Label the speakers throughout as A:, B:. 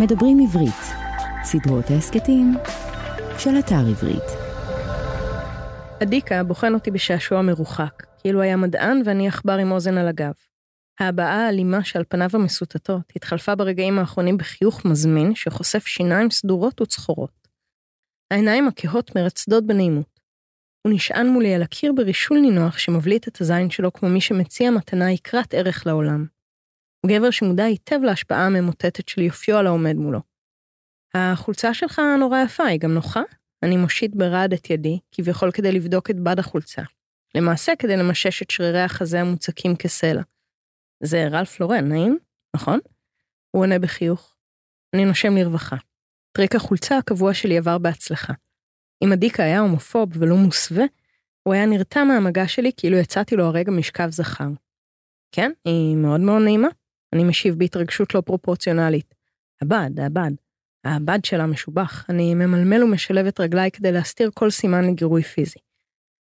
A: מדברים עברית, סדרות ההסכתים של אתר עברית.
B: אדיקה בוחן אותי בשעשוע מרוחק, כאילו היה מדען ואני עכבר עם אוזן על הגב. ההבעה האלימה שעל פניו המסוטטות התחלפה ברגעים האחרונים בחיוך מזמין שחושף שיניים סדורות וצחורות. העיניים הכהות מרצדות בנעימות. הוא נשען מולי על הקיר ברישול נינוח שמבליט את הזין שלו כמו מי שמציע מתנה יקרת ערך לעולם. הוא גבר שמודע היטב להשפעה הממוטטת של יופיו על העומד מולו. החולצה שלך נורא יפה, היא גם נוחה? אני מושיט ברעד את ידי, כביכול כדי לבדוק את בד החולצה. למעשה כדי למשש את שרירי החזה המוצקים כסלע. זה רלף לורן, נעים? נכון? הוא עונה בחיוך. אני נושם לרווחה. טריק החולצה הקבוע שלי עבר בהצלחה. אם הדיקה היה הומופוב ולא מוסווה, הוא היה נרתע מהמגע שלי כאילו יצאתי לו הרגע משכב זכר. כן, היא מאוד מאוד נעימה. אני משיב בהתרגשות לא פרופורציונלית. הבד, הבד. הבד שלה משובח, אני ממלמל ומשלב את רגליי כדי להסתיר כל סימן לגירוי פיזי.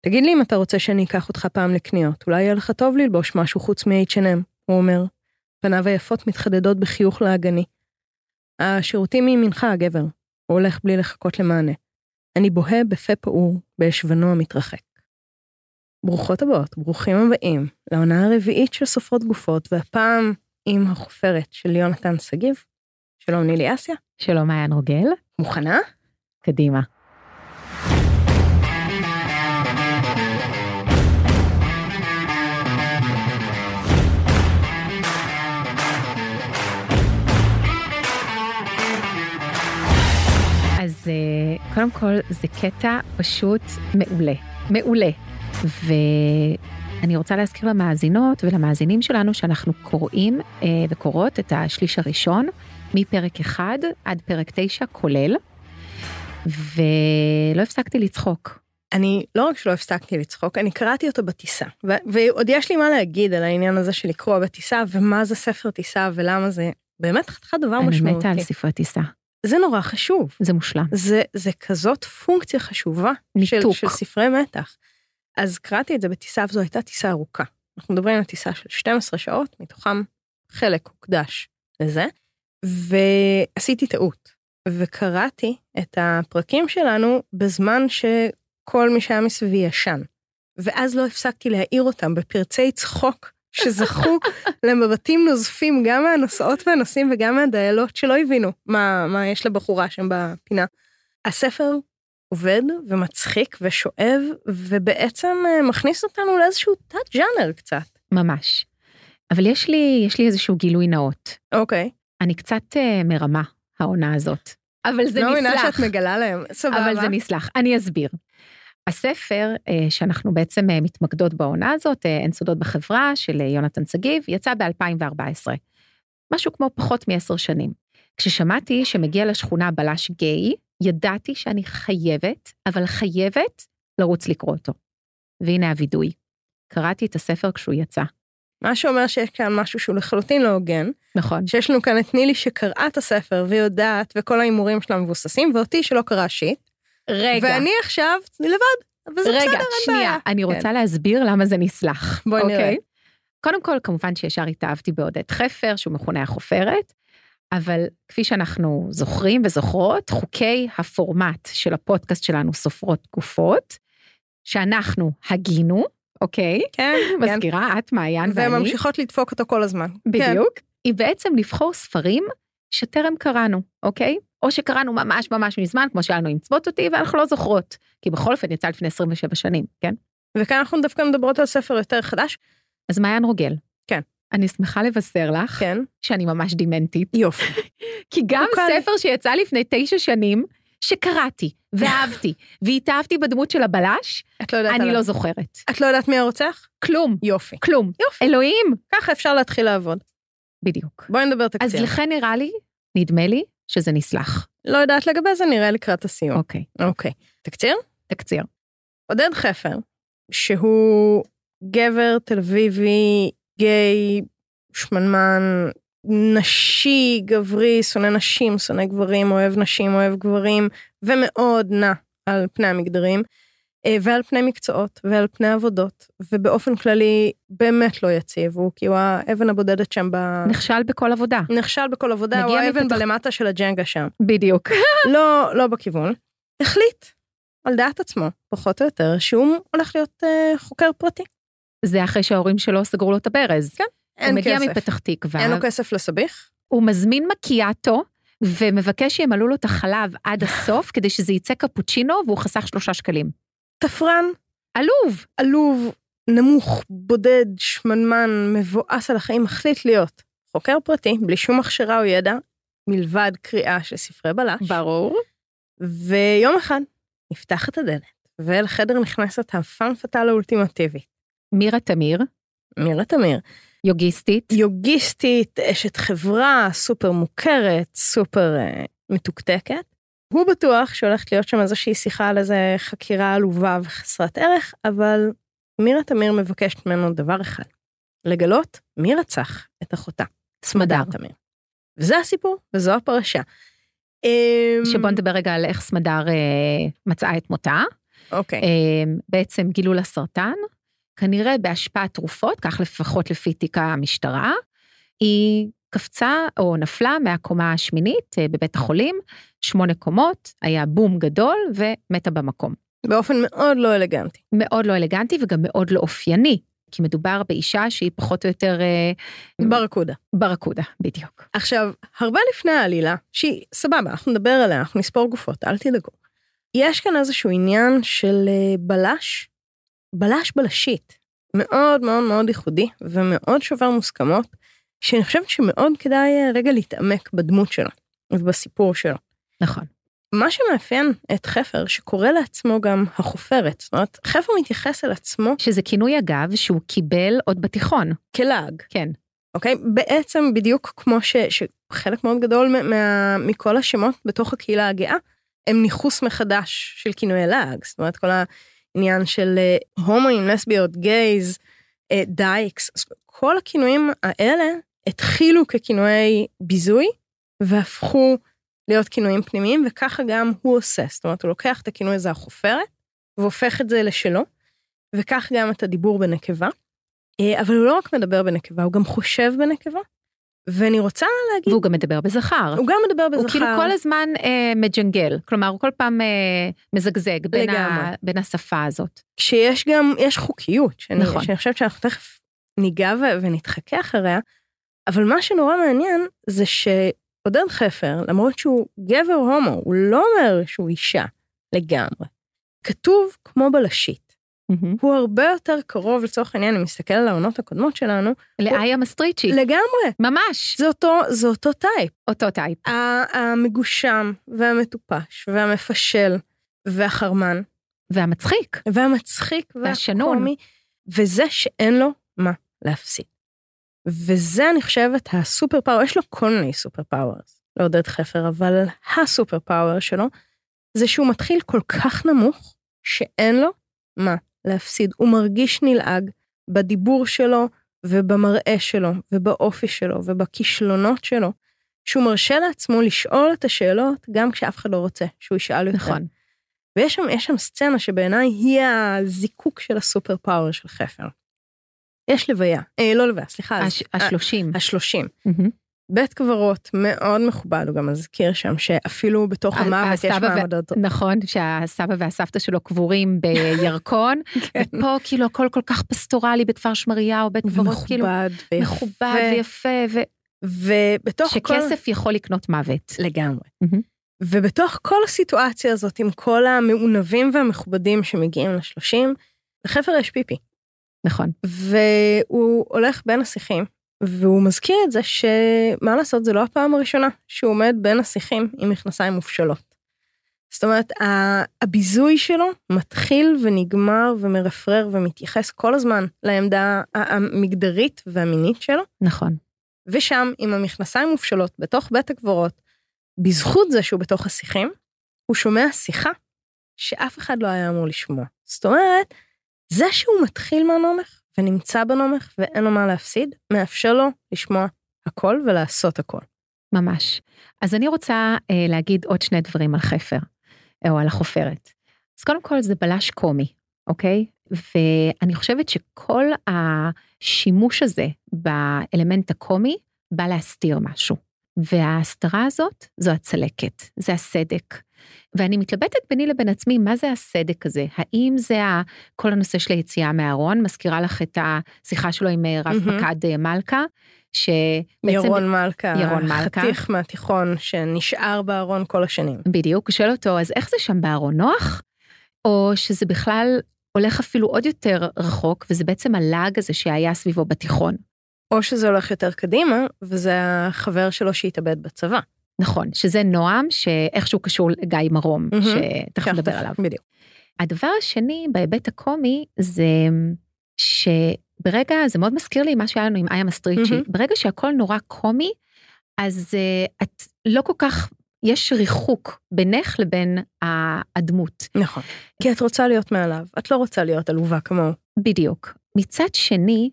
B: תגיד לי אם אתה רוצה שאני אקח אותך פעם לקניות, אולי יהיה לך טוב ללבוש משהו חוץ מ-H&M, הוא אומר. פניו היפות מתחדדות בחיוך לעגני. השירותים מימינך, הגבר. הוא הולך בלי לחכות למענה. אני בוהה בפה פעור, בישבנו המתרחק. ברוכות הבאות, ברוכים הבאים, לעונה הרביעית של סופרות גופות, והפעם עם החופרת של יונתן שגיב. שלום נילי אסיה.
C: שלום מעיין רוגל,
B: מוכנה?
C: קדימה. אז אה, קודם כל זה קטע פשוט מעולה, מעולה. ואני רוצה להזכיר למאזינות ולמאזינים שלנו שאנחנו קוראים אה, וקוראות את השליש הראשון מפרק 1 עד פרק 9 כולל, ולא הפסקתי לצחוק.
B: אני לא רק שלא הפסקתי לצחוק, אני קראתי אותו בטיסה. ו- ועוד יש לי מה להגיד על העניין הזה של לקרוא בטיסה, ומה זה ספר טיסה, ולמה זה באמת חתיכה דבר
C: אני
B: משמעותי.
C: מתה על ספרי טיסה,
B: זה נורא חשוב.
C: זה מושלם.
B: זה, זה כזאת פונקציה חשובה של,
C: ניתוק.
B: של ספרי מתח. אז קראתי את זה בטיסה, וזו הייתה טיסה ארוכה. אנחנו מדברים על טיסה של 12 שעות, מתוכם חלק הוקדש לזה, ועשיתי טעות, וקראתי את הפרקים שלנו בזמן שכל מי שהיה מסביבי ישן. ואז לא הפסקתי להעיר אותם בפרצי צחוק שזכו למבטים נוזפים גם מהנוסעות והנוסעים וגם מהדיילות שלא הבינו מה, מה יש לבחורה שם בפינה. הספר עובד ומצחיק ושואב, ובעצם אה, מכניס אותנו לאיזשהו תת-ג'אנר קצת.
C: ממש. אבל יש לי, יש לי איזשהו גילוי נאות.
B: אוקיי.
C: אני קצת אה, מרמה, העונה הזאת. אבל זה
B: לא מאמינה
C: נסלח.
B: שאת מגלה להם, סבבה.
C: אבל זה נסלח. אני אסביר. הספר אה, שאנחנו בעצם אה, מתמקדות בעונה הזאת, אה, אין סודות בחברה, של אה, יונתן שגיב, יצא ב-2014. משהו כמו פחות מעשר שנים. כששמעתי שמגיע לשכונה בלש גיי, ידעתי שאני חייבת, אבל חייבת, לרוץ לקרוא אותו. והנה הווידוי. קראתי את הספר כשהוא יצא.
B: מה שאומר שיש כאן משהו שהוא לחלוטין לא הוגן,
C: נכון.
B: שיש לנו כאן את נילי שקראה את הספר והיא יודעת, וכל ההימורים שלה מבוססים, ואותי שלא קראה שיט.
C: רגע,
B: ואני עכשיו לבד, וזה
C: רגע,
B: בסדר, אין
C: שנייה,
B: בעיה. כן.
C: אני רוצה להסביר למה זה נסלח.
B: בואי נראה.
C: אוקיי? קודם כל, כמובן שישר התאהבתי בעודד חפר, שהוא מכונה החופרת, אבל כפי שאנחנו זוכרים וזוכרות, חוקי הפורמט של הפודקאסט שלנו, סופרות תקופות, שאנחנו הגינו, אוקיי?
B: כן, כן.
C: מזכירה, את, מעיין ואני.
B: וממשיכות לדפוק אותו כל הזמן. כן.
C: בדיוק. היא בעצם לבחור ספרים שטרם קראנו, אוקיי? או שקראנו ממש ממש מזמן, כמו שהיה לנו עם צבות אותי, ואנחנו לא זוכרות, כי בכל אופן יצא לפני 27 שנים, כן?
B: כן. וכאן אנחנו דווקא מדברות על ספר יותר חדש.
C: אז מעיין רוגל.
B: כן.
C: אני שמחה לבשר לך
B: כן.
C: שאני ממש דימנטית,
B: יופי.
C: כי גם
B: אוקיי.
C: ספר שיצא לפני תשע שנים, שקראתי, ואהבתי, והתאהבתי בדמות של הבלש,
B: את לא יודעת
C: אני
B: עליו.
C: לא זוכרת.
B: את לא יודעת מי הרוצח?
C: כלום,
B: יופי.
C: כלום.
B: יופי.
C: אלוהים.
B: ככה אפשר להתחיל לעבוד.
C: בדיוק.
B: בואי נדבר
C: אז
B: תקציב.
C: לכן נראה לי, נדמה לי, שזה נסלח.
B: לא יודעת לגבי זה, נראה לקראת הסיום.
C: אוקיי,
B: אוקיי. תקציר?
C: תקציר.
B: עודד חפר, שהוא גבר תל אביבי, גיי, שמנמן, נשי, גברי, שונא נשים, שונא גברים, אוהב נשים, אוהב גברים, ומאוד נע על פני המגדרים. אה, ועל פני מקצועות, ועל פני עבודות, ובאופן כללי באמת לא יציב, הוא כאילו האבן הבודדת שם ב...
C: נכשל בכל עבודה.
B: נכשל בכל עבודה,
C: נגיע
B: או האבן
C: מפתח-
B: בלמטה של הג'נגה שם.
C: בדיוק.
B: לא, לא בכיוון. החליט, על דעת עצמו, פחות או יותר, שהוא הולך להיות אה, חוקר פרטי.
C: זה אחרי שההורים שלו סגרו לו את הברז.
B: כן,
C: הוא
B: אין
C: מגיע
B: כסף.
C: מפתח תקווה,
B: אין לו כסף לסביך.
C: הוא מזמין מקיאטו, ומבקש שימלאו לו את החלב עד הסוף, כדי שזה יצא קפוצ'ינו, והוא חסך שלושה שקלים.
B: תפרן,
C: עלוב!
B: עלוב, נמוך, בודד, שמנמן, מבואס על החיים, מחליט להיות חוקר פרטי, בלי שום הכשרה או ידע, מלבד קריאה של ספרי בלש.
C: ברור.
B: ויום אחד נפתחת הדלת, ואל חדר נכנסת הפאן פאטל האולטימטיבית,
C: מירה תמיר,
B: מירה תמיר.
C: יוגיסטית,
B: יוגיסטית, אשת חברה, סופר מוכרת, סופר אה, מתוקתקת. הוא בטוח שהולכת להיות שם איזושהי שיחה על איזה חקירה עלובה וחסרת ערך, אבל מירה תמיר מבקשת ממנו דבר אחד, לגלות מי רצח את אחותה, סמדר
C: סמדר.
B: תמיר. וזה הסיפור, וזו הפרשה. אמ,
C: שבוא נדבר רגע על איך סמדר אה, מצאה את מותה.
B: אוקיי.
C: אה, בעצם גילו לה סרטן, כנראה בהשפעת תרופות, כך לפחות לפי תיק המשטרה. היא קפצה או נפלה מהקומה השמינית אה, בבית החולים, שמונה קומות, היה בום גדול ומתה במקום.
B: באופן מאוד לא אלגנטי.
C: מאוד לא אלגנטי וגם מאוד לא אופייני, כי מדובר באישה שהיא פחות או יותר אה,
B: ברקודה.
C: ברקודה, בדיוק.
B: עכשיו, הרבה לפני העלילה, שהיא סבבה, אנחנו נדבר עליה, אנחנו נספור גופות, אל תדאגו. יש כאן איזשהו עניין של אה, בלש, בלש בלשית, מאוד מאוד מאוד ייחודי ומאוד שובר מוסכמות, שאני חושבת שמאוד כדאי אה, רגע להתעמק בדמות שלו ובסיפור שלו.
C: נכון.
B: מה שמאפיין את חפר, שקורא לעצמו גם החופרת, זאת אומרת, חפר מתייחס אל עצמו
C: שזה כינוי אגב שהוא קיבל עוד בתיכון,
B: כלעג,
C: כן.
B: אוקיי? בעצם בדיוק כמו ש, שחלק מאוד גדול מה- מה, מכל השמות בתוך הקהילה הגאה, הם ניכוס מחדש של כינויי לעג. זאת אומרת, כל העניין של אה, הומואים, לסביות, גייז, אה, דייקס, אז כל הכינויים האלה התחילו ככינויי ביזוי והפכו להיות כינויים פנימיים, וככה גם הוא עושה. זאת אומרת, הוא לוקח את הכינוי הזה החופרת, והופך את זה לשלו, וכך גם את הדיבור בנקבה. אה, אבל הוא לא רק מדבר בנקבה, הוא גם חושב בנקבה. ואני רוצה,
C: והוא גם מדבר בזכר.
B: הוא גם מדבר בזכר.
C: הוא כאילו כל הזמן אה, מג'נגל, כלומר הוא כל פעם אה, מזגזג בין, ה,
B: לגמרי.
C: בין השפה הזאת.
B: שיש גם, יש חוקיות, שאני,
C: נכון.
B: נכון. שאני חושבת שאנחנו תכף ניגע ו- ונתחכך עליה, אבל מה שנורא מעניין זה שעודד חפר, למרות שהוא גבר הומו, הוא לא אומר שהוא אישה לגמרי. כתוב כמו בלשית. הוא הרבה יותר קרוב, לצורך העניין, אם נסתכל על העונות הקודמות שלנו,
C: לאיה מסטריצ'י,
B: לגמרי.
C: ממש
B: זה אותו, זה אותו טייפ.
C: אותו טייפ.
B: ה- המגושם והמטופש והמפשל והחרמן
C: והמצחיק,
B: והמצחיק
C: והשנון.
B: והקומי, וזה שאין לו מה להפסיד. וזה, אני חושבת, הסופר פאוור, יש לו כל מיני סופר פאוורס, לעודד חפר, אבל הסופר פאוור שלו זה שהוא מתחיל כל כך נמוך, שאין לו מה להפסיד. הוא מרגיש נלעג בדיבור שלו ובמראה שלו ובאופי שלו ובכישלונות שלו, שהוא מרשה לעצמו לשאול את השאלות גם כשאף אחד לא רוצה שהוא ישאל יותר.
C: נכון.
B: ויש שם, יש שם סצנה שבעיניי היא הזיקוק של הסופר פאוור של חפר. יש לוויה, אה, לא לוויה, סליחה, אז- אה,
C: הש- השלושים.
B: השלושים.
C: מהמם.
B: בית קברות מאוד מכובד, הוא גם מזכיר שם שאפילו בתוך
C: ה-
B: המוות יש
C: הסבא ו-
B: מעמדות.
C: נכון, שהסבא והסבתא שלו קבורים בירקון,
B: כן,
C: ופה כאילו הכל כל כך פסטורלי בכפר שמריהו, בית קברות כאילו
B: ומכובד ויפה.
C: מכובד ויפה, ו-
B: ובתוך כל...
C: שכסף יכול לקנות מוות.
B: לגמרי.
C: מהמם.
B: ובתוך כל הסיטואציה הזאת, עם כל המעונבים והמכובדים שמגיעים לשלושים, לחפר יש פיפי.
C: נכון.
B: והוא הולך בין השיחים, והוא מזכיר את זה שמה לעשות, זו לא הפעם הראשונה שהוא עומד בין השיחים עם מכנסיים מופשלות. זאת אומרת, ה- הביזוי שלו מתחיל ונגמר ומרפרר ומתייחס כל הזמן לעמדה ה- המגדרית והמינית שלו,
C: נכון.
B: ושם עם המכנסיים מופשלות בתוך בית הקברות, בזכות זה שהוא בתוך השיחים, הוא שומע שיחה שאף אחד לא היה אמור לשמוע. זאת אומרת, זה שהוא מתחיל מהנומך ונמצא בנומך ואין לו מה להפסיד, מאפשר לו לשמוע הכל ולעשות הכל.
C: ממש. אז אני רוצה אה, להגיד עוד שני דברים על חפר, או על החופרת. אז קודם כל זה בלש קומי, אוקיי? ואני חושבת שכל השימוש הזה באלמנט הקומי בא להסתיר משהו. וההסתרה הזאת זו הצלקת, זה הסדק. ואני מתלבטת ביני לבין עצמי, מה זה הסדק הזה? האם זה ה- כל הנושא של היציאה מהארון? מזכירה לך את השיחה שלו עם אה, רב
B: מהמם.
C: פקד אה, מלכה, שבעצם...
B: ירון מלכה,
C: ירון מלכה.
B: חתיך מהתיכון שנשאר בארון כל השנים.
C: בדיוק, הוא שואל אותו, אז איך זה שם בארון נוח? או שזה בכלל הולך אפילו עוד יותר רחוק, וזה בעצם הלעג הזה שהיה סביבו בתיכון.
B: או שזה הולך יותר קדימה, וזה החבר שלו שהתאבד בצבא.
C: נכון, שזה נועם, שאיכשהו קשור לגיא מרום,
B: מהמם.
C: שתכף
B: שאנחנו
C: נדבר
B: תכף-
C: עליו.
B: בדיוק.
C: הדבר השני בהיבט הקומי זה שברגע, זה מאוד מזכיר לי מה שהיה לנו עם איה מסטריצ'י,
B: מהמם.
C: mm-hmm. ברגע שהכל נורא קומי, אז uh, את לא כל כך, יש ריחוק בינך לבין ה- הדמות.
B: נכון. כי את רוצה להיות מעליו, את לא רוצה להיות עלובה כמוהו.
C: בדיוק. מצד שני,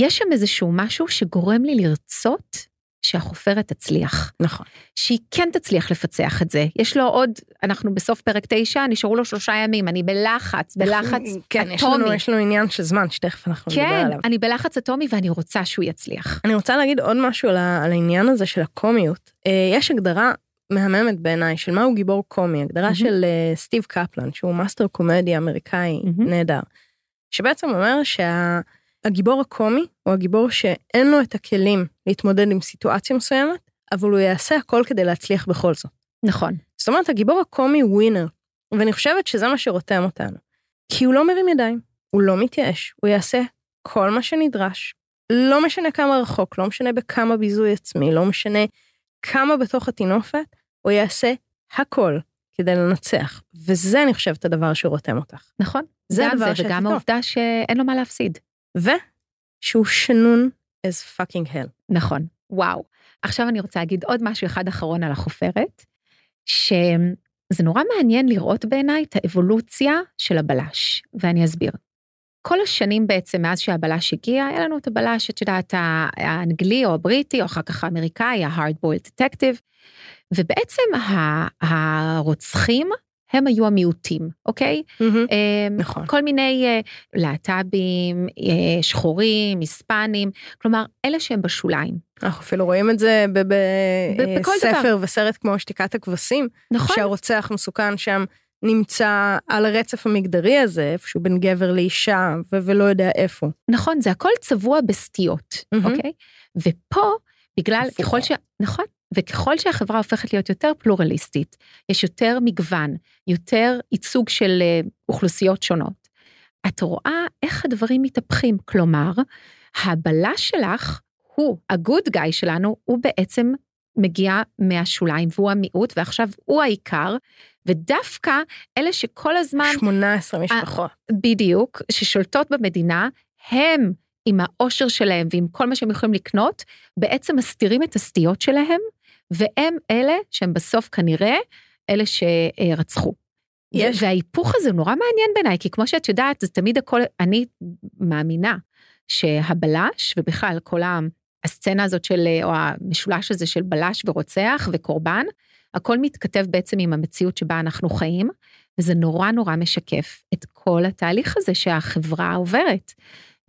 C: יש שם איזשהו משהו שגורם לי לרצות שהחופרת תצליח.
B: נכון.
C: שהיא כן תצליח לפצח את זה. יש לו עוד, אנחנו בסוף פרק תשע, נשארו לו שלושה ימים, אני בלחץ, בלחץ
B: כן, יש לנו,
C: אטומי.
B: יש לנו עניין של זמן, שתכף אנחנו נדבר
C: כן,
B: עליו.
C: אני בלחץ אטומי ואני רוצה שהוא יצליח.
B: אני רוצה להגיד עוד משהו על, ה- על העניין הזה של הקומיות. אה, יש הגדרה מהממת בעיניי של מהו גיבור קומי, הגדרה
C: מהמם.
B: של אה, סטיב קפלן, שהוא מאסטר קומדי אמריקאי
C: מהמם.
B: נהדר, שבעצם אומר שהגיבור הקומי הוא הגיבור שאין לו את הכלים להתמודד עם סיטואציה מסוימת, אבל הוא יעשה הכל כדי להצליח בכל זאת.
C: נכון,
B: זאת אומרת, הגיבור הקומי הוא ווינר, ואני חושבת שזה מה שרותם אותנו. כי הוא לא מרים ידיים, הוא לא מתייאש, הוא יעשה כל מה שנדרש, לא משנה כמה רחוק, לא משנה בכמה ביזוי עצמי, לא משנה כמה בתוך הטינופת, הוא יעשה הכל כדי לנצח. וזה, אני חושבת, הדבר שרותם אותך.
C: נכון.
B: זה
C: גם
B: הדבר
C: זה,
B: שאת
C: וגם
B: איתו.
C: העובדה שאין לו מה להפסיד.
B: ושהוא שנון as fucking hell.
C: נכון, וואו. עכשיו אני רוצה להגיד עוד משהו אחד אחרון על החופרת, שזה נורא מעניין לראות בעיניי את האבולוציה של הבלש, ואני אסביר. כל השנים בעצם מאז שהבלש הגיע, היה לנו את הבלש, את יודעת, ה- האנגלי או הבריטי, או אחר כך האמריקאי, ה-hardboiled detective, ובעצם ה- הרוצחים הם היו המיעוטים, אוקיי? אמ,
B: נכון.
C: כל מיני אה, להט"בים, אה, שחורים, היספנים, כלומר, אלה שהם בשוליים.
B: אנחנו אפילו רואים את זה
C: ב- בכל דבר.
B: בספר וסרט כמו שתיקת הכבשים.
C: נכון?
B: שהרוצח מסוכן שם נמצא על הרצף המגדרי הזה, איפשהו בין גבר לאישה, ו- ולא יודע איפה.
C: נכון, זה הכל צבוע בסטיות,
B: מהמם.
C: אוקיי? ופה, בגלל,
B: הפוך.
C: ככל ש... נכון. וככל שהחברה הופכת להיות יותר פלורליסטית, יש יותר מגוון, יותר ייצוג של אה, אוכלוסיות שונות, את רואה איך הדברים מתהפכים. כלומר, הבלש שלך הוא, הגוד גאי שלנו, הוא בעצם מגיע מהשוליים והוא המיעוט, ועכשיו הוא העיקר, ודווקא אלה שכל הזמן
B: 18 משפחות.
C: אה. בדיוק, ששולטות במדינה, הם עם העושר שלהם ועם כל מה שהם יכולים לקנות, בעצם מסתירים את הסטיות שלהם, והם אלה שהם בסוף כנראה אלה שרצחו.
B: יש-
C: יש. וההיפוך הזה הוא נורא מעניין בעיניי, כי כמו שאת יודעת, זה תמיד הכל, אני מאמינה שהבלש, ובכלל כל ה- הסצנה הזאת של, או המשולש הזה של בלש ורוצח וקורבן, הכל מתכתב בעצם עם המציאות שבה אנחנו חיים, וזה נורא נורא משקף את כל התהליך הזה שהחברה עוברת,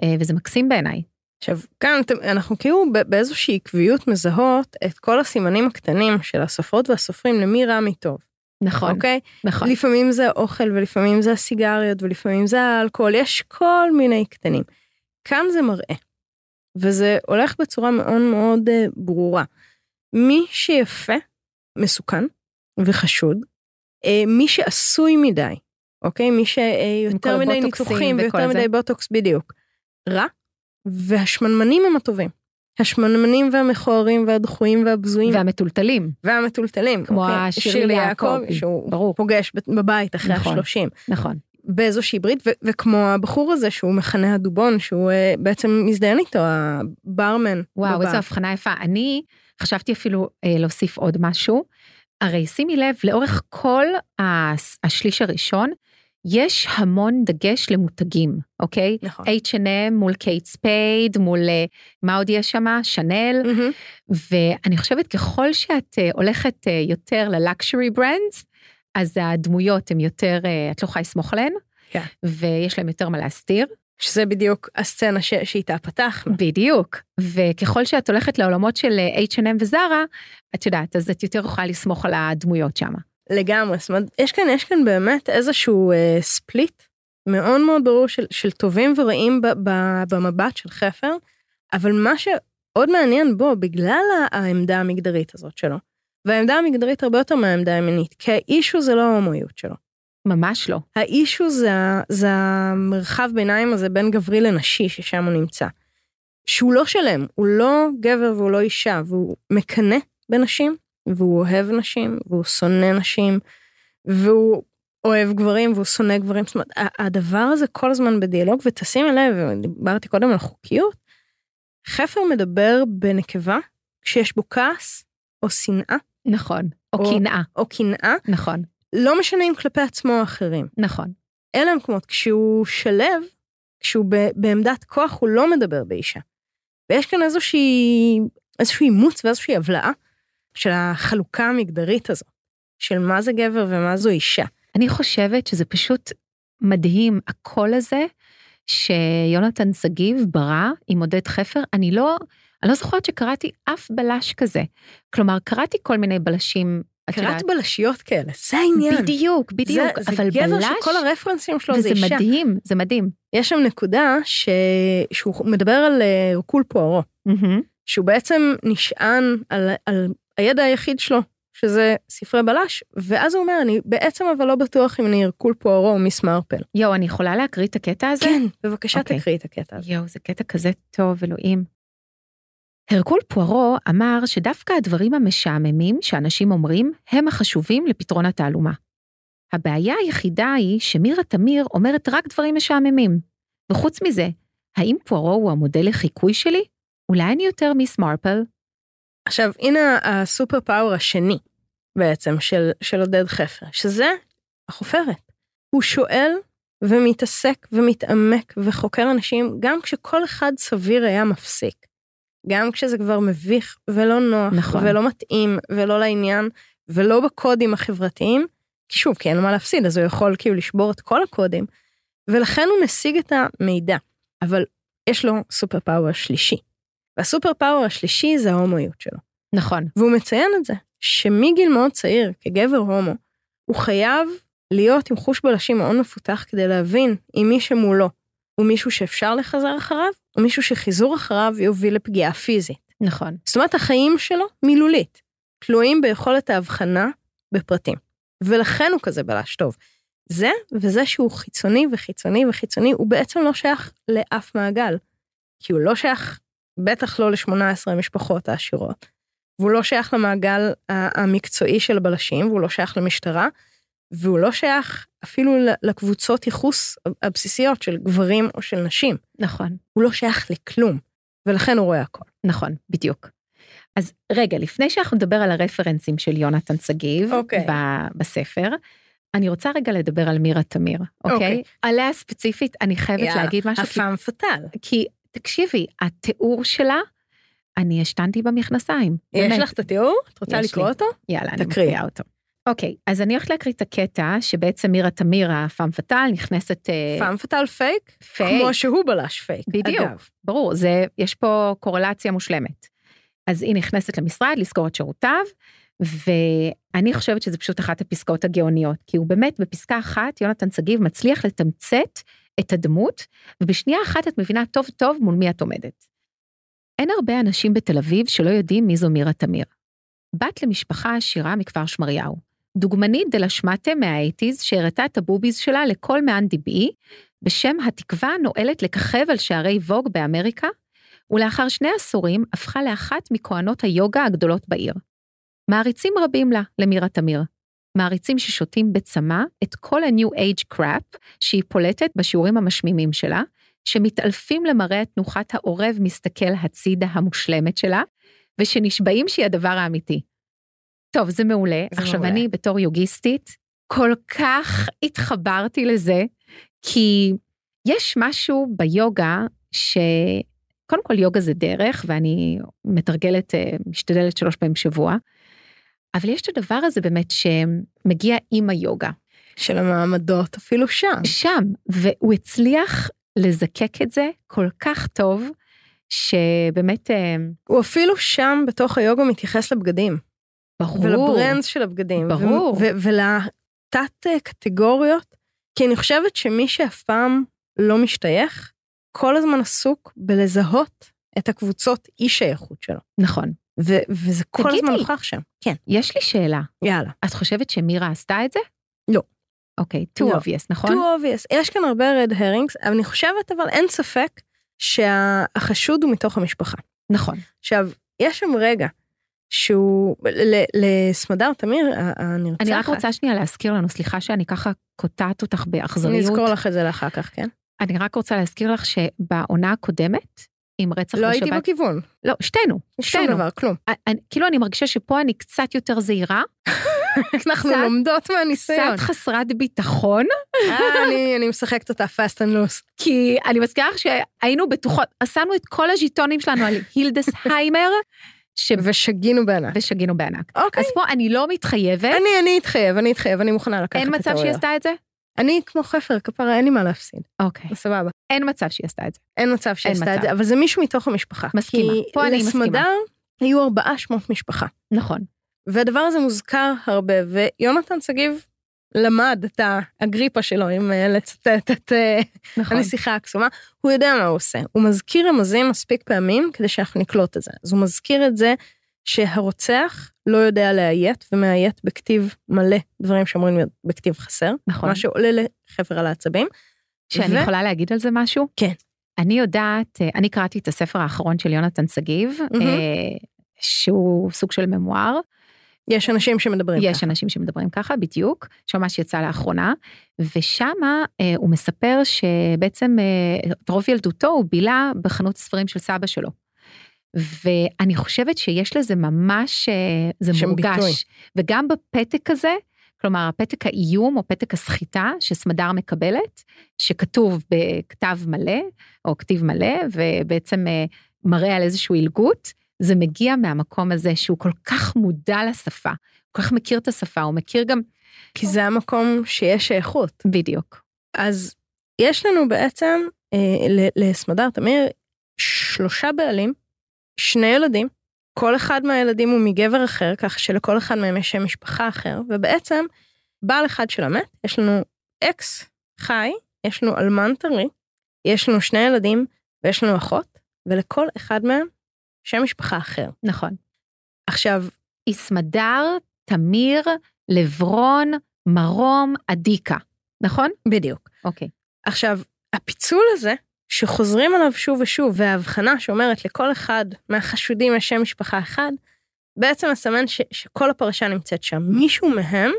C: אה, וזה מקסים בעיניי.
B: עכשיו, כאן אתם, אנחנו כאילו ב- באיזושהי עקביות מזהות את כל הסימנים הקטנים של הסופרות והסופרים למי רע מי טוב,
C: נכון,
B: אוקיי?
C: נכון.
B: לפעמים זה האוכל ולפעמים זה הסיגריות ולפעמים זה האלכוהול, יש כל מיני קטנים. כאן זה מראה, וזה הולך בצורה מאוד מאוד אה, ברורה. מי שיפה, מסוכן וחשוד, אה, מי שעשוי מדי, אוקיי? מי שיותר
C: כל
B: מדי
C: הבוטוקסים
B: ניתוחים
C: וכל
B: ויותר
C: זה.
B: מדי בוטוקס, בדיוק. רע, והשמנמנים הם הטובים. השמנמנים והמכוערים והדחויים והבזויים
C: והמטולטלים,
B: והמטולטלים.
C: כמו
B: אוקיי?
C: השירלי
B: שירלי
C: יעקבי,
B: שהוא
C: ברור.
B: פוגש ב- בבית אחרי
C: נכון.
B: השלושים,
C: נכון,
B: באיזושהי ברית, ו- וכמו הבחור הזה שהוא מכנה הדובון, שהוא אה, בעצם מזדיין איתו, הברמן.
C: וואו,
B: בבר.
C: איזו הבחנה יפה. אני חשבתי אפילו אה, להוסיף עוד משהו. הרי שימי לב, לאורך כל הס- השליש הראשון, יש המון דגש למותגים, אוקיי?
B: נכון.
C: H&M מול קייט ספייד, מול אה, מה עוד יש שם? שאנל.
B: מהמם.
C: ואני חושבת ככל שאת אה, הולכת אה, יותר ללקשורי ברנדס, אז הדמויות הן יותר, אה, את לא יכולה לסמוך עליהן,
B: כן.
C: ויש להן יותר מה להסתיר.
B: שזה בדיוק הסצנה ש... שאיתה
C: כן.
B: פתחנו.
C: בדיוק. וככל שאת הולכת לעולמות של אה, H&M וזרה, את יודעת, אז את יותר יכולה לסמוך על הדמויות שם.
B: לגמרי, זאת אומרת, יש כאן, יש כאן באמת איזשהו אה, ספליט מאוד מאוד ברור של, של טובים ורעים ב, ב, במבט של חפר, אבל מה שעוד מעניין בו, בגלל ה- העמדה המגדרית הזאת שלו, והעמדה המגדרית הרבה יותר מהעמדה המינית, כי האישו זה לא ההומואיות שלו.
C: ממש לא.
B: האישו זה, ה- זה המרחב ביניים הזה בין גברי לנשי ששם הוא נמצא. שהוא לא שלם, הוא לא גבר והוא לא אישה, והוא מקנא בנשים, והוא אוהב נשים, והוא שונא נשים, והוא אוהב גברים והוא שונא גברים. זאת אומרת, ה- הדבר הזה כל הזמן בדיאלוג, ותשימי לב, דיברתי קודם על חוקיות, חפר מדבר בנקבה כשיש בו כעס, או שנאה,
C: נכון. או
B: או-
C: קנאה.
B: או קנאה,
C: נכון,
B: לא משנה אם כלפי עצמו או אחרים.
C: נכון.
B: אלה המקומות. כשהוא שלב, כשהוא ב, בעמדת כוח, הוא לא מדבר באישה. ויש כאן איזושהי, איזשהו אימוץ ואיזושהי הבלעה של החלוקה המגדרית הזו, של מה זה גבר ומה זו אישה.
C: אני חושבת שזה פשוט מדהים, הקול הזה שיונתן שגיב ברא עם עודד חפר, אני לא, אני לא זוכרת שקראתי אף בלש כזה. כלומר, קראתי כל מיני בלשים, את
B: קראת
C: יודעת.
B: בלשיות כאלה, זה העניין.
C: בדיוק, בדיוק,
B: זה,
C: אבל
B: זה גבר
C: בלש,
B: שכל הרפרנסים שלו זה
C: וזה
B: אישה.
C: מדהים, זה מדהים.
B: יש שם נקודה ש... שהוא מדבר על אה, רקול פוארו, שהוא בעצם נשען על, על הידע היחיד שלו, שזה ספרי בלש, ואז הוא אומר, אני בעצם אבל לא בטוח אם אני ארקול פוארו או מיס מרפל.
C: יואו, אני יכולה להקריא את הקטע הזה?
B: כן, בבקשה
C: אוקיי.
B: תקריא את הקטע הזה.
C: יואו, זה קטע כזה טוב, אלוהים. הרקול פוארו אמר שדווקא הדברים המשעממים שאנשים אומרים הם החשובים לפתרון התעלומה. הבעיה היחידה היא שמירה תמיר אומרת רק דברים משעממים. וחוץ מזה, האם פוארו הוא המודל לחיקוי שלי? אולי אני יותר מיס מרפל?
B: עכשיו, הנה הסופר פאוור השני, בעצם, של, של עודד חפר, שזה החופרת. הוא שואל ומתעסק ומתעמק וחוקר אנשים, גם כשכל אחד סביר היה מפסיק. גם כשזה כבר מביך ולא נוח,
C: נכון.
B: ולא מתאים, ולא לעניין, ולא בקודים החברתיים, כי שוב, כי אין לו מה להפסיד, אז הוא יכול כאילו לשבור את כל הקודים, ולכן הוא משיג את המידע. אבל יש לו סופר פאוור שלישי. והסופר פאוור השלישי זה ההומואיות שלו.
C: נכון,
B: כן. והוא מציין את זה, שמגיל מאוד צעיר, כגבר הומו, הוא חייב להיות עם חוש בלשים מאוד מפותח כדי להבין אם מי שמולו הוא מישהו שאפשר לחזר אחריו, או מישהו שחיזור אחריו יוביל לפגיעה פיזית.
C: נכון,
B: זאת אומרת, החיים שלו, מילולית, תלויים ביכולת ההבחנה בפרטים. ולכן הוא כזה בלש טוב. זה וזה שהוא חיצוני וחיצוני וחיצוני, הוא בעצם לא שייך לאף מעגל. כי הוא לא שייך, בטח לא ל-18 המשפחות העשירות, והוא לא שייך למעגל ה- המקצועי של הבלשים, והוא לא שייך למשטרה, והוא לא שייך אפילו ל- לקבוצות ייחוס הבסיסיות של גברים או של נשים.
C: נכון.
B: הוא לא שייך לכלום, ולכן הוא רואה הכל.
C: נכון, בדיוק. אז רגע, לפני שאנחנו נדבר על הרפרנסים של יונתן שגיב
B: אוקיי.
C: ב- בספר, אני רוצה רגע לדבר על מירה תמיר, אוקיי?
B: אוקיי.
C: עליה ספציפית, אני חייבת
B: יאללה,
C: להגיד משהו, כי,
B: הפעם פטל.
C: כי תקשיבי, התיאור שלה, אני השתנתי במכנסיים.
B: יש
C: באמת.
B: לך את התיאור? את
C: יש
B: רוצה
C: לי.
B: לקרוא אותו?
C: יאללה, אני
B: תקריאי.
C: מקריאה אותו. אוקיי, אז אני הולכת להקריא את הקטע שבעצם מירה תמיר, הפאם פטל, נכנסת... אה,
B: פעם פטל פייק?
C: פייק.
B: כמו שהוא בלש פייק.
C: בדיוק.
B: אגב.
C: ברור, זה, יש פה קורלציה מושלמת. אז היא נכנסת למשרד לסגור את שירותיו, ואני חושבת שזה פשוט אחת הפסקאות הגאוניות, כי הוא באמת בפסקה אחת, יונתן שגיב מצליח לתמצת את הדמות, ובשנייה אחת את מבינה טוב טוב מול מי את עומדת. אין הרבה אנשים בתל אביב שלא יודעים מי זו מירה תמיר. בת למשפחה עשירה מכפר שמריהו. דוגמנית דה לשמטה מהאייטיז שהראתה את הבוביז שלה לכל מאן דבעי, בשם התקווה הנואלת לככב על שערי ווג באמריקה, ולאחר שני עשורים הפכה לאחת מכהנות היוגה הגדולות בעיר. מעריצים רבים לה, למירה תמיר. מעריצים ששותים בצמא את כל ה-New Age crap שהיא פולטת בשיעורים המשמימים שלה, שמתעלפים למראה תנוחת העורב מסתכל הצידה המושלמת שלה, ושנשבעים שהיא הדבר האמיתי. טוב, זה מעולה.
B: זה
C: עכשיו,
B: מעולה.
C: אני בתור יוגיסטית, כל כך התחברתי לזה, כי יש משהו ביוגה ש... קודם כל, יוגה זה דרך, ואני מתרגלת, אה, משתדלת שלוש פעמים בשבוע, אבל יש את הדבר הזה באמת שמגיע עם היוגה.
B: של המעמדות אפילו שם.
C: שם, והוא הצליח לזקק את זה כל כך טוב, שבאמת אה,
B: הוא אפילו שם בתוך היוגה מתייחס לבגדים.
C: ברור.
B: ולברנדס של הבגדים.
C: ברור.
B: ו- ו- ולתת אה, קטגוריות, כי אני חושבת שמי שאף פעם לא משתייך, כל הזמן עסוק בלזהות את הקבוצות אי שייכות שלו.
C: נכון.
B: ו- וזה כל
C: תגידי.
B: הזמן נוכח שם. כן.
C: יש לי שאלה,
B: יאללה.
C: את חושבת שמירה עשתה את זה?
B: לא.
C: אוקיי, too
B: לא.
C: obvious,
B: too
C: נכון?
B: obvious. יש כאן הרבה רד הרינגס, אבל אני חושבת, אבל אין ספק שהחשוד הוא מתוך המשפחה.
C: נכון.
B: עכשיו, יש שם רגע שהוא, ל- ל- לסמדר תמיר, ה- הנרצחת,
C: אני רק רוצה שנייה להזכיר לנו, סליחה שאני ככה קוטעת אותך
B: אני
C: באכזריות.
B: אזכור לך את זה לאחר כך, כן?
C: אני רק רוצה להזכיר לך שבעונה הקודמת, עם רצח
B: לא
C: בשבת...
B: הייתי בכיוון,
C: לא, שתינו.
B: שום
C: שתינו.
B: דבר, כלום.
C: אני- אני- כאילו אני מרגישה שפה אני קצת יותר זהירה,
B: אנחנו לא
C: קצת-
B: לומדות מהניסיון.
C: קצת חסרת ביטחון,
B: אה, אני- אני משחקת אותה fast and loose.
C: כי אני מזכירה לך שהיינו בטוחות, שמנו את כל הז'יטונים שלנו על הילדס היימר, ש...
B: ושגינו בענק.
C: ושגינו בענק.
B: אוקיי.
C: כן. אז פה אני לא מתחייבת,
B: אני, אני אתחייב, אני אתחייב, אני מוכנה לקחת את
C: אין
B: האורח.
C: מצב שהיא עשתה את זה?
B: אני כמו חפר, כפרה, אין לי מה להפסיד.
C: אוקיי.
B: סבבה.
C: אין מצב שהיא עשתה את זה.
B: אין מצב שהיא
C: אין
B: עשתה את
C: מצב.
B: זה, אבל זה מישהו מתוך המשפחה.
C: מסכימה. פה אני מסכימה.
B: כי לסמדר היו ארבעה שמות משפחה.
C: נכון.
B: והדבר הזה מוזכר הרבה, ויונתן שגיב למד את האגריפה שלו, אם אה, לצטט את אה,
C: נכון.
B: הנסיכה הקסומה, הוא יודע מה הוא עושה. הוא מזכיר רמזים מספיק פעמים כדי שאנחנו נקלוט את זה. אז הוא מזכיר את זה שהרוצח לא יודע לאיית, ומאיית בכתיב מלא דברים שאומרים להיות בכתיב חסר,
C: נכון.
B: מה שעולה לחבר על העצבים.
C: שאני
B: ו-
C: יכולה להגיד על זה משהו?
B: כן.
C: אני יודעת, אה, אני קראתי את הספר האחרון של יונתן שגיב,
B: מהמם.
C: אה, שהוא סוג של ממואר.
B: יש אנשים שמדברים
C: יש
B: ככה.
C: אנשים שמדברים ככה, בדיוק, שממש יצא לאחרונה, ושמה אה, הוא מספר שבעצם אה, את רוב ילדותו הוא בילה בחנות הספרים של סבא שלו. ואני חושבת שיש לזה ממש, אה, זה
B: שם
C: מורגש.
B: ביטוי.
C: וגם בפתק הזה, כלומר, הפתק האיום או פתק הסחיטה שסמדר מקבלת, שכתוב בכתב מלא, או כתיב מלא, ובעצם אה, מראה על איזשהו עילגות, זה מגיע מהמקום הזה שהוא כל כך מודע לשפה, כל כך מכיר את השפה, הוא מכיר גם...
B: כי זה המקום שיש שייכות.
C: בדיוק.
B: אז יש לנו בעצם, אה, ל- לסמדר תמיר, שלושה בעלים, שני ילדים, כל אחד מהילדים הוא מגבר אחר, כך שלכל אחד מהם יש שם משפחה אחר, ובעצם בעל אחד של המת, יש לנו אקס חי, יש לנו אלמן טרי, יש לנו שני ילדים ויש לנו אחות, ולכל אחד מהם שם משפחה אחר.
C: נכון.
B: עכשיו,
C: איסמדר, תמיר, לברון, מרום, אדיקה. נכון?
B: בדיוק.
C: אוקיי.
B: עכשיו, הפיצול הזה, שחוזרים עליו שוב ושוב, וההבחנה שאומרת לכל אחד מהחשודים יש שם משפחה אחד, בעצם מסמן ש- שכל הפרשה נמצאת שם. מישהו מהם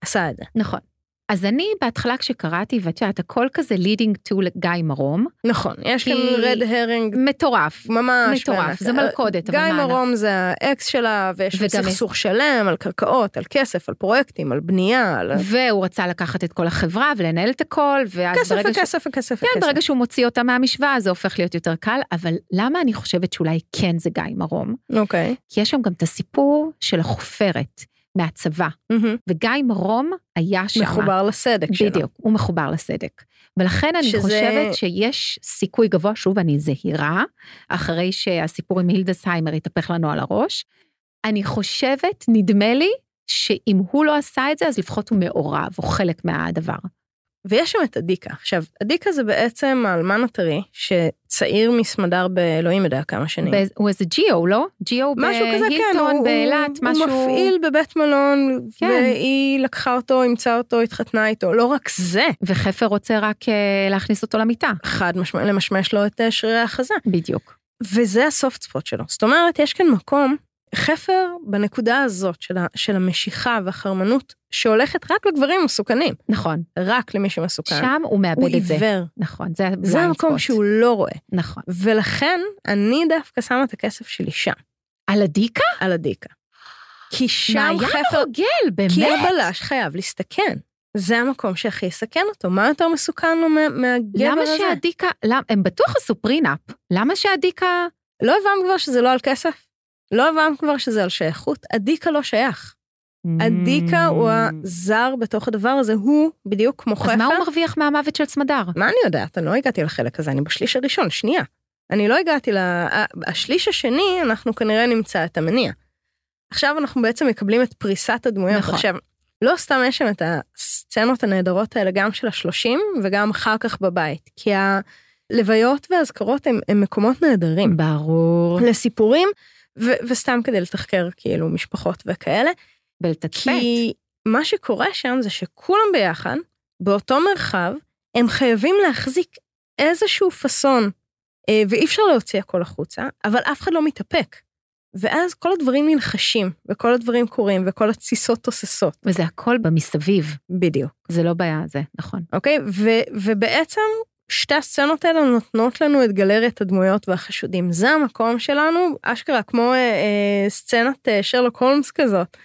B: עשה את זה.
C: נכון. אז אני בהתחלה כשקראתי, ואת יודעת, הכל כזה leading to גיא מרום,
B: נכון, יש כאן
C: כי-
B: רד הרינג
C: מטורף.
B: ממש.
C: מטורף,
B: בענק.
C: זה מלכודת, אבל
B: גיא
C: מה
B: מרום זה האקס שלה, ויש שם
C: וגם-
B: סכסוך שלם על קרקעות, על כסף, על פרויקטים, על בנייה, על...
C: והוא רצה לקחת את כל החברה ולנהל את הכל, ואז
B: כסף
C: ברגע שהוא...
B: וכסף וכסף
C: כן,
B: וכסף.
C: ברגע שהוא מוציא אותה מהמשוואה, זה הופך להיות יותר קל, אבל למה אני חושבת שאולי כן זה גיא מרום?
B: אוקיי.
C: כי יש שם גם את הסיפור של החופרת מהצבא,
B: מהמם.
C: וגיא מרום היה שם.
B: מחובר לסדק שלו.
C: בדיוק, הוא מחובר לסדק. ולכן אני
B: שזה-
C: חושבת שיש סיכוי גבוה, שוב, אני זהירה, אחרי שהסיפור עם הילדסהיימר התהפך לנו על הראש. אני חושבת, נדמה לי, שאם הוא לא עשה את זה, אז לפחות הוא מעורב, הוא חלק מהדבר.
B: ויש שם את אדיקה. עכשיו, אדיקה זה בעצם האלמן הטרי, שצעיר מסמדר באלוהים יודע כמה שנים.
C: באיז- הוא איזה ג'יו, לא? ג'יו
B: משהו כזה, כן,
C: בהילטון,
B: הוא-
C: באילת,
B: הוא-
C: משהו...
B: הוא מפעיל בבית מלון,
C: כן.
B: והיא לקחה אותו, אימצה אותו, התחתנה איתו. לא רק זה,
C: וחפר רוצה רק אה, להכניס אותו למיטה.
B: חד משמעית, למשמש לו את אה, שרירי החזה.
C: בדיוק.
B: וזה הסופט ספוט שלו. זאת אומרת, יש כאן מקום, חפר בנקודה הזאת של, ה, של המשיכה והחרמנות, שהולכת רק לגברים מסוכנים,
C: נכון.
B: רק למי שמסוכן.
C: שם הוא
B: אוקיי. הוא
C: מאבד את זה.
B: עיוור.
C: נכון, זה
B: זה
C: blind
B: המקום
C: spot.
B: שהוא לא רואה.
C: נכון.
B: ולכן אני דווקא שמה את הכסף שלי שם,
C: על הדיקה?
B: על הדיקה. כי שם
C: מעיין
B: חפר,
C: רוגל, באמת.
B: כי הבלש חייב להסתכן. זה המקום שהכי יסכן אותו, מה יותר מסוכן לו מה- מהגבר
C: למה
B: הזה?
C: שהדיקה, למ, הם בטוח עשו פרינאפ, למה שהדיקה...
B: לא הבנת כבר שזה לא על כסף? לא הבנת כבר שזה על שייכות? הדיקה לא שייך.
C: Mm.
B: הדיקה הוא הזר בתוך הדבר הזה, הוא בדיוק כמו
C: אז
B: חפר.
C: מה הוא מרוויח מהמוות של צמדר?
B: מה אני יודעת? אני לא הגעתי לחלק הזה, אני בשליש הראשון, שנייה. אני לא הגעתי ל... ה- השליש השני, אנחנו כנראה נמצא את המניע. עכשיו אנחנו בעצם מקבלים את פריסת הדמויות.
C: נכון.
B: עכשיו, לא סתם יש שם את הסצנות הנהדרות האלה, גם של השלושים וגם אחר כך בבית, כי הלוויות והאזכרות הם, הם מקומות נהדרים.
C: ברור.
B: לסיפורים, ו- וסתם כדי לתחקר כאילו משפחות וכאלה.
C: בלתצפת.
B: כי מה שקורה שם זה שכולם ביחד, באותו מרחב, הם חייבים להחזיק איזשהו פאסון, אה, ואי אפשר להוציא הכל החוצה, אבל אף אחד לא מתאפק. ואז כל הדברים נלחשים, וכל הדברים קורים, וכל התסיסות תוססות.
C: וזה הכל במסביב,
B: בדיוק.
C: זה לא בעיה, זה נכון.
B: אוקיי? ו- ובעצם שתי הסצנות האלה נותנות לנו את גלריית הדמויות והחשודים. זה המקום שלנו, אשכרה כמו אה, אה, סצנת אה, שרלוק הולמס כזאת.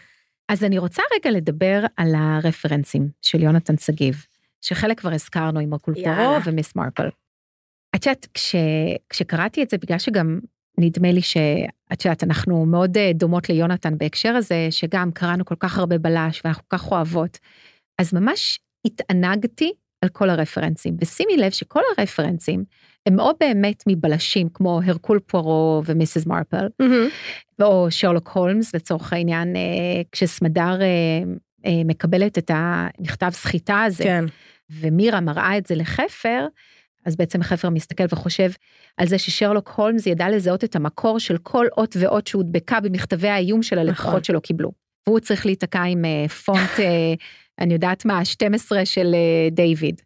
C: אז אני רוצה רגע לדבר על הרפרנסים של יונתן שגיב, שחלק כבר הזכרנו עם אקול פרעה
B: יאללה.
C: ומיס מרפל. את יודעת, כש, כשקראתי את זה, בגלל שגם נדמה לי שאת יודעת, אנחנו מאוד אה, דומות ליונתן בהקשר הזה, שגם קראנו כל כך הרבה בלש ואנחנו כל כך אוהבות, אז ממש התענגתי על כל הרפרנסים. ושימי לב שכל הרפרנסים הם או באמת מבלשים, כמו הרקול פורו ומיסס מרפל, או שרלוק הולמס לצורך העניין, אה, כשסמדר אה, אה, מקבלת את המכתב סחיטה הזה,
B: כן.
C: ומירה מראה את זה לחפר, אז בעצם חפר מסתכל וחושב על זה ששרלוק הולמס ידע לזהות את המקור של כל אות ואות שהודבקה במכתבי האיום של
B: נכון.
C: הלקוחות שלו קיבלו. והוא צריך להיתקע עם אה, פונט, אה, אני יודעת מה, 12 של אה, דיוויד.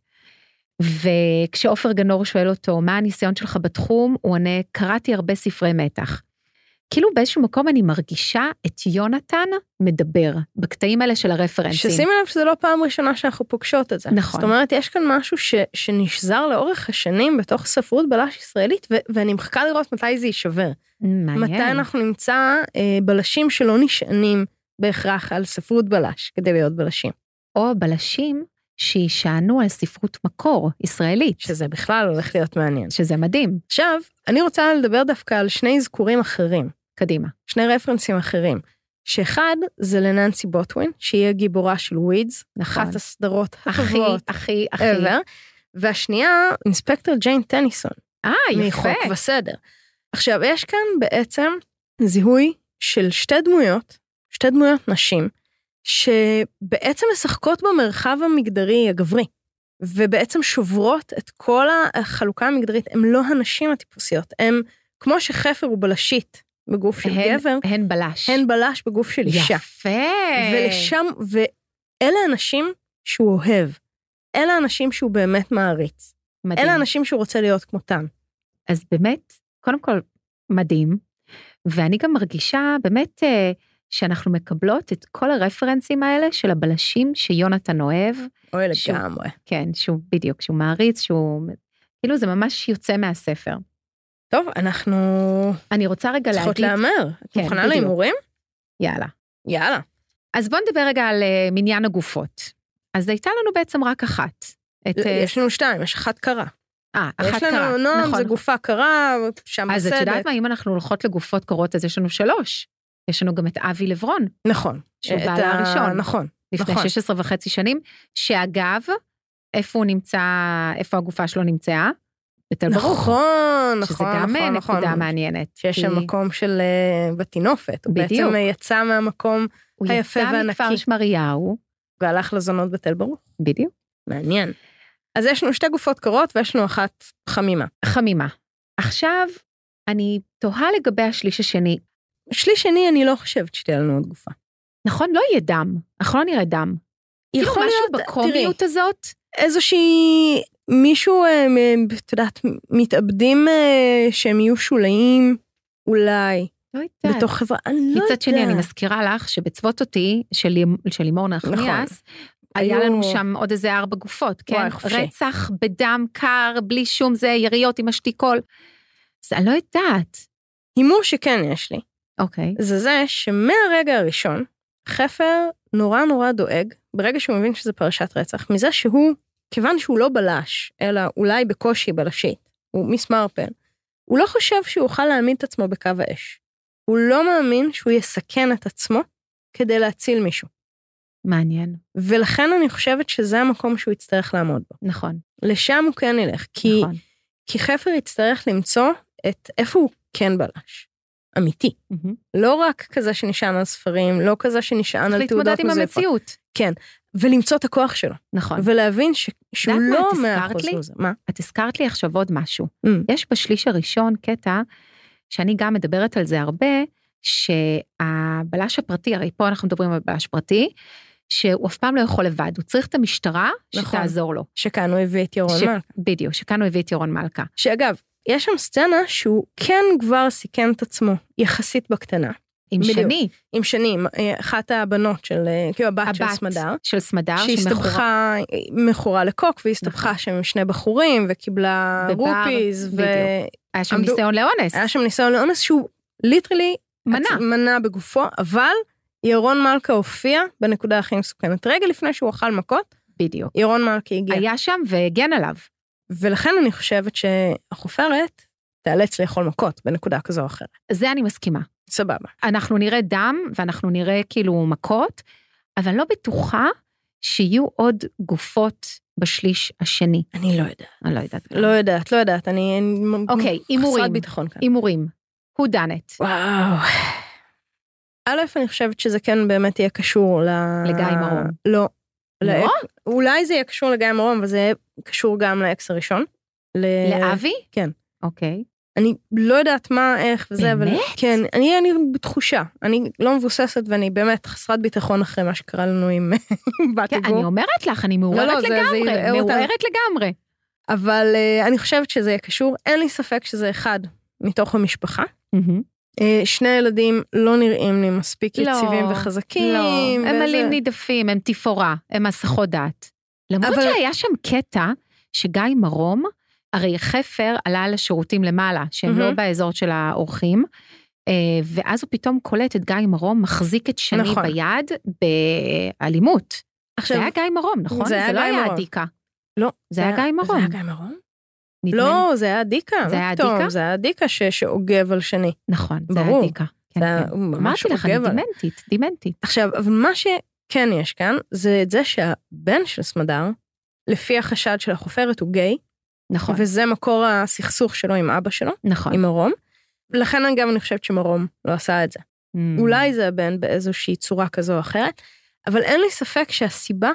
C: וכשעופר גנור שואל אותו, מה הניסיון שלך בתחום? הוא עונה, קראתי הרבה ספרי מתח. כאילו באיזשהו מקום אני מרגישה את יונתן מדבר, בקטעים האלה של הרפרנסים.
B: ששימי לב שזו לא פעם ראשונה שאנחנו פוגשות את זה.
C: נכון.
B: זאת אומרת, יש כאן משהו ש, שנשזר לאורך השנים בתוך ספרות בלש ישראלית, ו, ואני מחכה לראות מתי זה יישבר.
C: מעניין.
B: מתי אנחנו נמצא אה, בלשים שלא נשענים בהכרח על ספרות בלש כדי להיות בלשים.
C: או בלשים שישענו על ספרות מקור ישראלית, שזה,
B: שזה בכלל הולך להיות מעניין.
C: שזה מדהים.
B: עכשיו, אני רוצה לדבר דווקא על שני אזכורים אחרים,
C: קדימה.
B: שני רפרנסים אחרים, שאחד זה לננסי בוטווין, שהיא הגיבורה של ווידס,
C: נכון.
B: אחת הסדרות
C: הכי,
B: הטובות
C: הכי, הכי.
B: ever, והשנייה, אינספקטור ג'יין טניסון,
C: אה,
B: מחוק
C: יפה.
B: וסדר. עכשיו, יש כאן בעצם זיהוי של שתי דמויות, שתי דמויות נשים, שבעצם משחקות במרחב המגדרי הגברי, ובעצם שוברות את כל החלוקה המגדרית. הן לא הנשים הטיפוסיות, הן, כמו שחפר הוא בלשית בגוף של
C: הן-
B: גבר,
C: הן בלש.
B: הן בלש בגוף של אישה.
C: יפה.
B: ולשם, ואלה הנשים שהוא אוהב. אלה הנשים שהוא באמת מעריץ.
C: מדהים.
B: אלה הנשים שהוא רוצה להיות כמותם.
C: אז באמת, קודם כל, מדהים. ואני גם מרגישה באמת אה, שאנחנו מקבלות את כל הרפרנסים האלה של הבלשים שיונתן אוהב,
B: אוי
C: שוב.
B: לגמרי.
C: כן, שהוא בדיוק, שהוא מעריץ, שהוא... כאילו זה ממש יוצא מהספר.
B: טוב, אנחנו
C: אני רוצה רגע
B: צריכות
C: להגיד...
B: להמר. את
C: כן,
B: מוכנה
C: בדיוק.
B: להימורים?
C: יאללה.
B: יאללה.
C: אז בואו נדבר רגע על אה, מניין הגופות. אז הייתה לנו בעצם רק אחת. את, אה,
B: יש לנו שתיים, יש אחת קרה.
C: אה, אחת
B: יש
C: קרה.
B: לנו נועם,
C: נכון.
B: זה גופה קרה, שם
C: אז את יודעת
B: בסדק.
C: מה, אם אנחנו הולכות לגופות קורות, אז יש לנו שלוש. יש לנו גם את אבי לברון,
B: נכון.
C: שהוא
B: את
C: בעלה
B: ה-
C: הראשון,
B: נכון.
C: לפני
B: נכון.
C: 16 וחצי שנים, שאגב, איפה הוא נמצא, איפה הגופה שלו נמצאה? בתל ברוך.
B: נכון,
C: שזה
B: נכון,
C: גם אה,
B: נכון,
C: נקודה
B: נכון.
C: מעניינת.
B: שיש
C: כי
B: שם מקום של אה, בטינופת. הוא
C: בדיוק.
B: בעצם אה, יצא מהמקום
C: הוא
B: היפה
C: יצא
B: והנקי.
C: מכפר שמריהו,
B: והלך לזונות בתל ברוך.
C: בדיוק,
B: מעניין. אז יש לנו שתי גופות קרות ויש לנו אחת חמימה.
C: חמימה. עכשיו, אני תוהה לגבי השליש השני.
B: שליש שני, אני לא חושבת שתהיה לנו עוד גופה.
C: נכון, לא יהיה דם, אנחנו לא נראה דם. כאילו,
B: יכול
C: משהו
B: להיות,
C: בקומיות
B: תראי,
C: הזאת,
B: איזושהי... מישהו, אה, מ- את יודעת, מתאבדים אה, שהם יהיו שוליים, אולי,
C: לא יודעת.
B: בתוך חברה, אני לא יודעת.
C: מצד שני, אני מזכירה לך שבצוות אותי, של לימ- של לימור נחמיאס, היה
B: נכון. היו-
C: לנו שם עוד איזה ארבע גופות, כן?
B: וואי, חופשי.
C: רצח בדם קר, בלי שום זה, יריות עם אשתיקול. אז אני לא יודעת.
B: הימור שכן יש לי,
C: אוקיי.
B: זה זה שמהרגע הראשון, חפר נורא נורא דואג, ברגע שהוא מבין שזה פרשת רצח, מזה שהוא, כיוון שהוא לא בלש, אלא אולי בקושי בלשית, הוא מיס מרפל, הוא לא חושב שהוא יוכל להעמיד את עצמו בקו האש. הוא לא מאמין שהוא יסכן את עצמו כדי להציל מישהו.
C: מעניין.
B: ולכן אני חושבת שזה המקום שהוא יצטרך לעמוד בו.
C: נכון,
B: לשם הוא כן ילך, כי,
C: נכון.
B: כי חפר יצטרך למצוא את איפה הוא כן בלש. אמיתי.
C: מהמם.
B: לא רק כזה שנשען על ספרים, לא כזה שנשען
C: צריך
B: על תעודות
C: להתמודד עם
B: מזויפות.
C: המציאות.
B: ולמצוא את הכוח שלו.
C: נכון.
B: ולהבין ש... שהוא
C: יודעת מה
B: לא
C: את הזכרת
B: מאה אחוז
C: לי?
B: מוזר. מה?
C: את הזכרת לי עכשיו עוד משהו.
B: Mm.
C: יש בשליש הראשון קטע, שאני גם מדברת על זה הרבה, שהבלש הפרטי, הרי פה אנחנו מדברים על בלש פרטי, שהוא אף פעם לא יכול לבד, הוא צריך את המשטרה
B: נכון.
C: שתעזור לו.
B: שכאן הוא הביא את ירון
C: ש-
B: מלכה.
C: בדיוק, שכאן הוא הביא את ירון מלכה.
B: שאגב, יש שם סצנה שהוא כן כבר סיכן את עצמו, יחסית בקטנה.
C: עם
B: בדיוק.
C: שני,
B: עם שנים, אה, אחת הבנות של, אה, כאילו הבת, של
C: הבת
B: סמדר,
C: של סמדר, שמכורה-
B: שהסתבכה, מכורה לקוק, והסתבכה
C: נכון.
B: שם עם שני בחורים, וקיבלה
C: בבר,
B: רופיז, והיה
C: היה שם
B: עמדו-
C: ניסיון לאונס,
B: שם ניסיון לאונס שהוא ליטרלי
C: מנה.
B: מנה בגופו, אבל ירון מלכה הופיע בנקודה הכי מסוכנת. רגע לפני שהוא אכל מכות,
C: בדיוק.
B: ירון מלכה הגיע.
C: היה שם והגן עליו.
B: ולכן אני חושבת שהחופרת תיאלץ לאכול מכות בנקודה כזו או אחרת.
C: זה אני מסכימה.
B: סבבה.
C: אנחנו נראה דם ואנחנו נראה כאילו מכות, אבל אני לא בטוחה שיהיו עוד גופות בשליש השני.
B: אני לא יודעת.
C: אני לא יודעת.
B: לא יודעת, לא יודעת, אני... אני-
C: אוקיי, הימורים.
B: חסרת ביטחון כאן.
C: הימורים. who done it.
B: וואו. א', אני חושבת שזה כן באמת יהיה קשור ל...
C: לגיא מרום.
B: לא.
C: לא?
B: לאק- אולי זה יהיה קשור לגיא מרום, אבל זה יהיה קשור גם לאקס הראשון. ל...
C: לאבי?
B: כן.
C: אוקיי.
B: אני לא יודעת מה, איך וזה, אבל...
C: באמת?
B: כן, אני, אני בתחושה. אני לא מבוססת ואני באמת חסרת ביטחון אחרי מה שקרה לנו עם בת
C: כן,
B: הגור.
C: אני אומרת לך, אני מעורערת
B: לא, זה- זה יראה
C: לגמרי.
B: אותנו.
C: מעורערת לגמרי.
B: אבל אה, אני חושבת שזה יהיה קשור. אין לי ספק שזה אחד מתוך המשפחה.
C: מהמם.
B: אה, שני ילדים לא נראים לי מספיק
C: לא,
B: יציבים וחזקים.
C: לא, הם
B: וזה-
C: עלים נידפים, הם תפאורה, הם הסחות דעת. למרות
B: אבל-
C: שהיה שם קטע שגיא מרום, הרי חפר עלה לשירותים למעלה, שהם לא
B: מהמם.
C: באזור של האורחים, אה, ואז הוא פתאום קולט את גיא מרום מחזיק את שני
B: נכון.
C: ביד באלימות.
B: עכשיו,
C: זה היה גיא מרום, נכון?
B: זה היה
C: לא
B: גיא
C: היה
B: מרום.
C: עדיקה.
B: לא,
C: זה היה גיא
B: זה
C: מרום.
B: היה גיא מרום?
C: נדמה לי.
B: לא, זה היה דיקה.
C: זה
B: מה
C: היה
B: פתאום?
C: דיקה?
B: זה היה דיקה ש- שעוגב על שני.
C: נכון, זה היה
B: ברור.
C: עדיקה. כן,
B: זה היה-
C: כן.
B: הוא ממש לא
C: אמרתי לך, אני
B: עוגב עליי.
C: דימנטית, דימנטית.
B: עכשיו, אבל מה שכן יש כאן, זה את זה שהבן של סמדר, לפי החשד של החופרת, הוא גיי,
C: נכון,
B: וזה מקור הסכסוך שלו עם אבא שלו,
C: נכון.
B: עם מרום. לכן גם אני חושבת שמרום לא עשה את זה.
C: Mm.
B: אולי זה הבן באיזושהי צורה כזו או אחרת, אבל אין לי ספק שהסיבה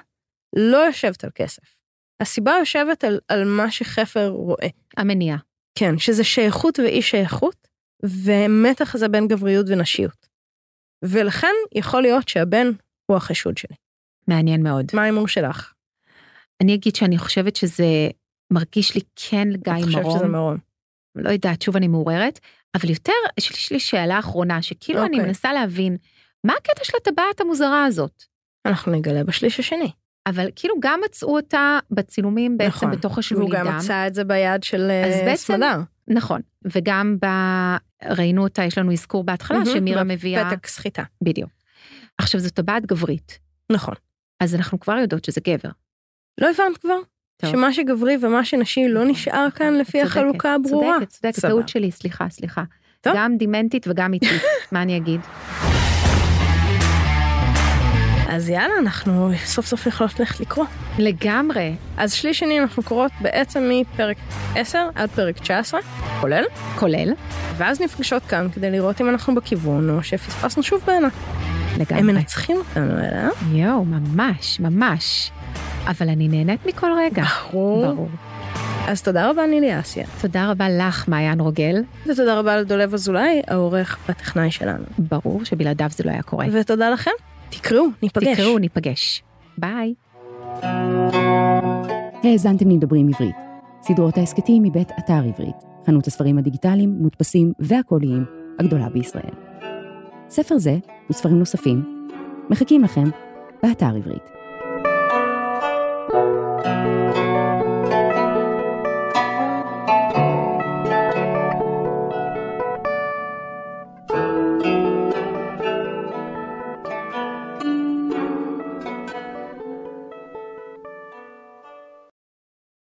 B: לא יושבת על כסף. הסיבה יושבת על, על מה שחפר רואה.
C: המניע.
B: כן, שזה שייכות ואי שייכות, ומתח הזה בין גבריות ונשיות. ולכן יכול להיות שהבן הוא החשוד שלי.
C: מעניין מאוד.
B: מה ההימור שלך?
C: אני אגיד שאני חושבת שזה מרגיש לי כן לגיא
B: את חושבת שזה
C: מרום.
B: מרום.
C: לא יודעת, שוב אני מעורערת, אבל יותר, יש לי שאלה אחרונה, שכאילו אני
B: אוקיי.
C: מנסה להבין, מה הקטע של הטבעת המוזרה הזאת?
B: אנחנו נגלה בשליש השני.
C: אבל כאילו גם מצאו אותה בצילומים בעצם
B: נכון.
C: בתוך השלולית
B: והוא
C: דם.
B: גם מצא את זה ביד של אה,
C: אז בעצם-
B: סמדר.
C: נכון, וגם ב... ראינו אותה, יש לנו אזכור בהתחלה,
B: מהמם,
C: שמירה מביאה...
B: פתק סחיטה.
C: בדיוק. עכשיו, זו טבעת גברית,
B: נכון.
C: אז אנחנו כבר יודעות שזה גבר.
B: לא הבנת כבר?
C: טוב.
B: שמה שגברי ומה שנשי לא
C: נכון,
B: נשאר
C: נכון,
B: כאן
C: את
B: לפי
C: צודקת,
B: החלוקה הברורה.
C: צודקת, צודקת,
B: סבבה.
C: טעות שלי, סליחה, סליחה.
B: טוב.
C: גם דימנטית וגם איטית, מה אני אגיד?
B: אז יאללה, אנחנו סוף סוף יכולות ללכת לקרוא.
C: לגמרי.
B: אז שליש שני אנחנו קוראות בעצם מפרק 10 עד פרק 19, כולל,
C: כולל,
B: ואז נפגשות כאן כדי לראות אם אנחנו בכיוון או שפספסנו שוב בעיניי. הם
C: לגמרי. כן.
B: מנצחים אותנו, אה? אלא?
C: יואו, ממש, ממש. אבל אני נהנית מכל רגע.
B: ברור.
C: ברור.
B: אז תודה רבה, נילי אסיה.
C: תודה רבה לך, מעיין רוגל.
B: ותודה רבה לדולב אזולאי, העורך והטכנאי שלנו.
C: ברור שבלעדיו זה לא היה קורה.
B: ותודה לכם, תקראו, ניפגש.
C: תקראו, ניפגש. ביי.
A: האזנתם למדברים עברית. סדרות ההסכתים מבית אתר עברית, חנות הספרים הדיגיטליים, מודפסים והקוליים הגדולה בישראל. ספר זה וספרים נוספים מחכים לכם באתר עברית.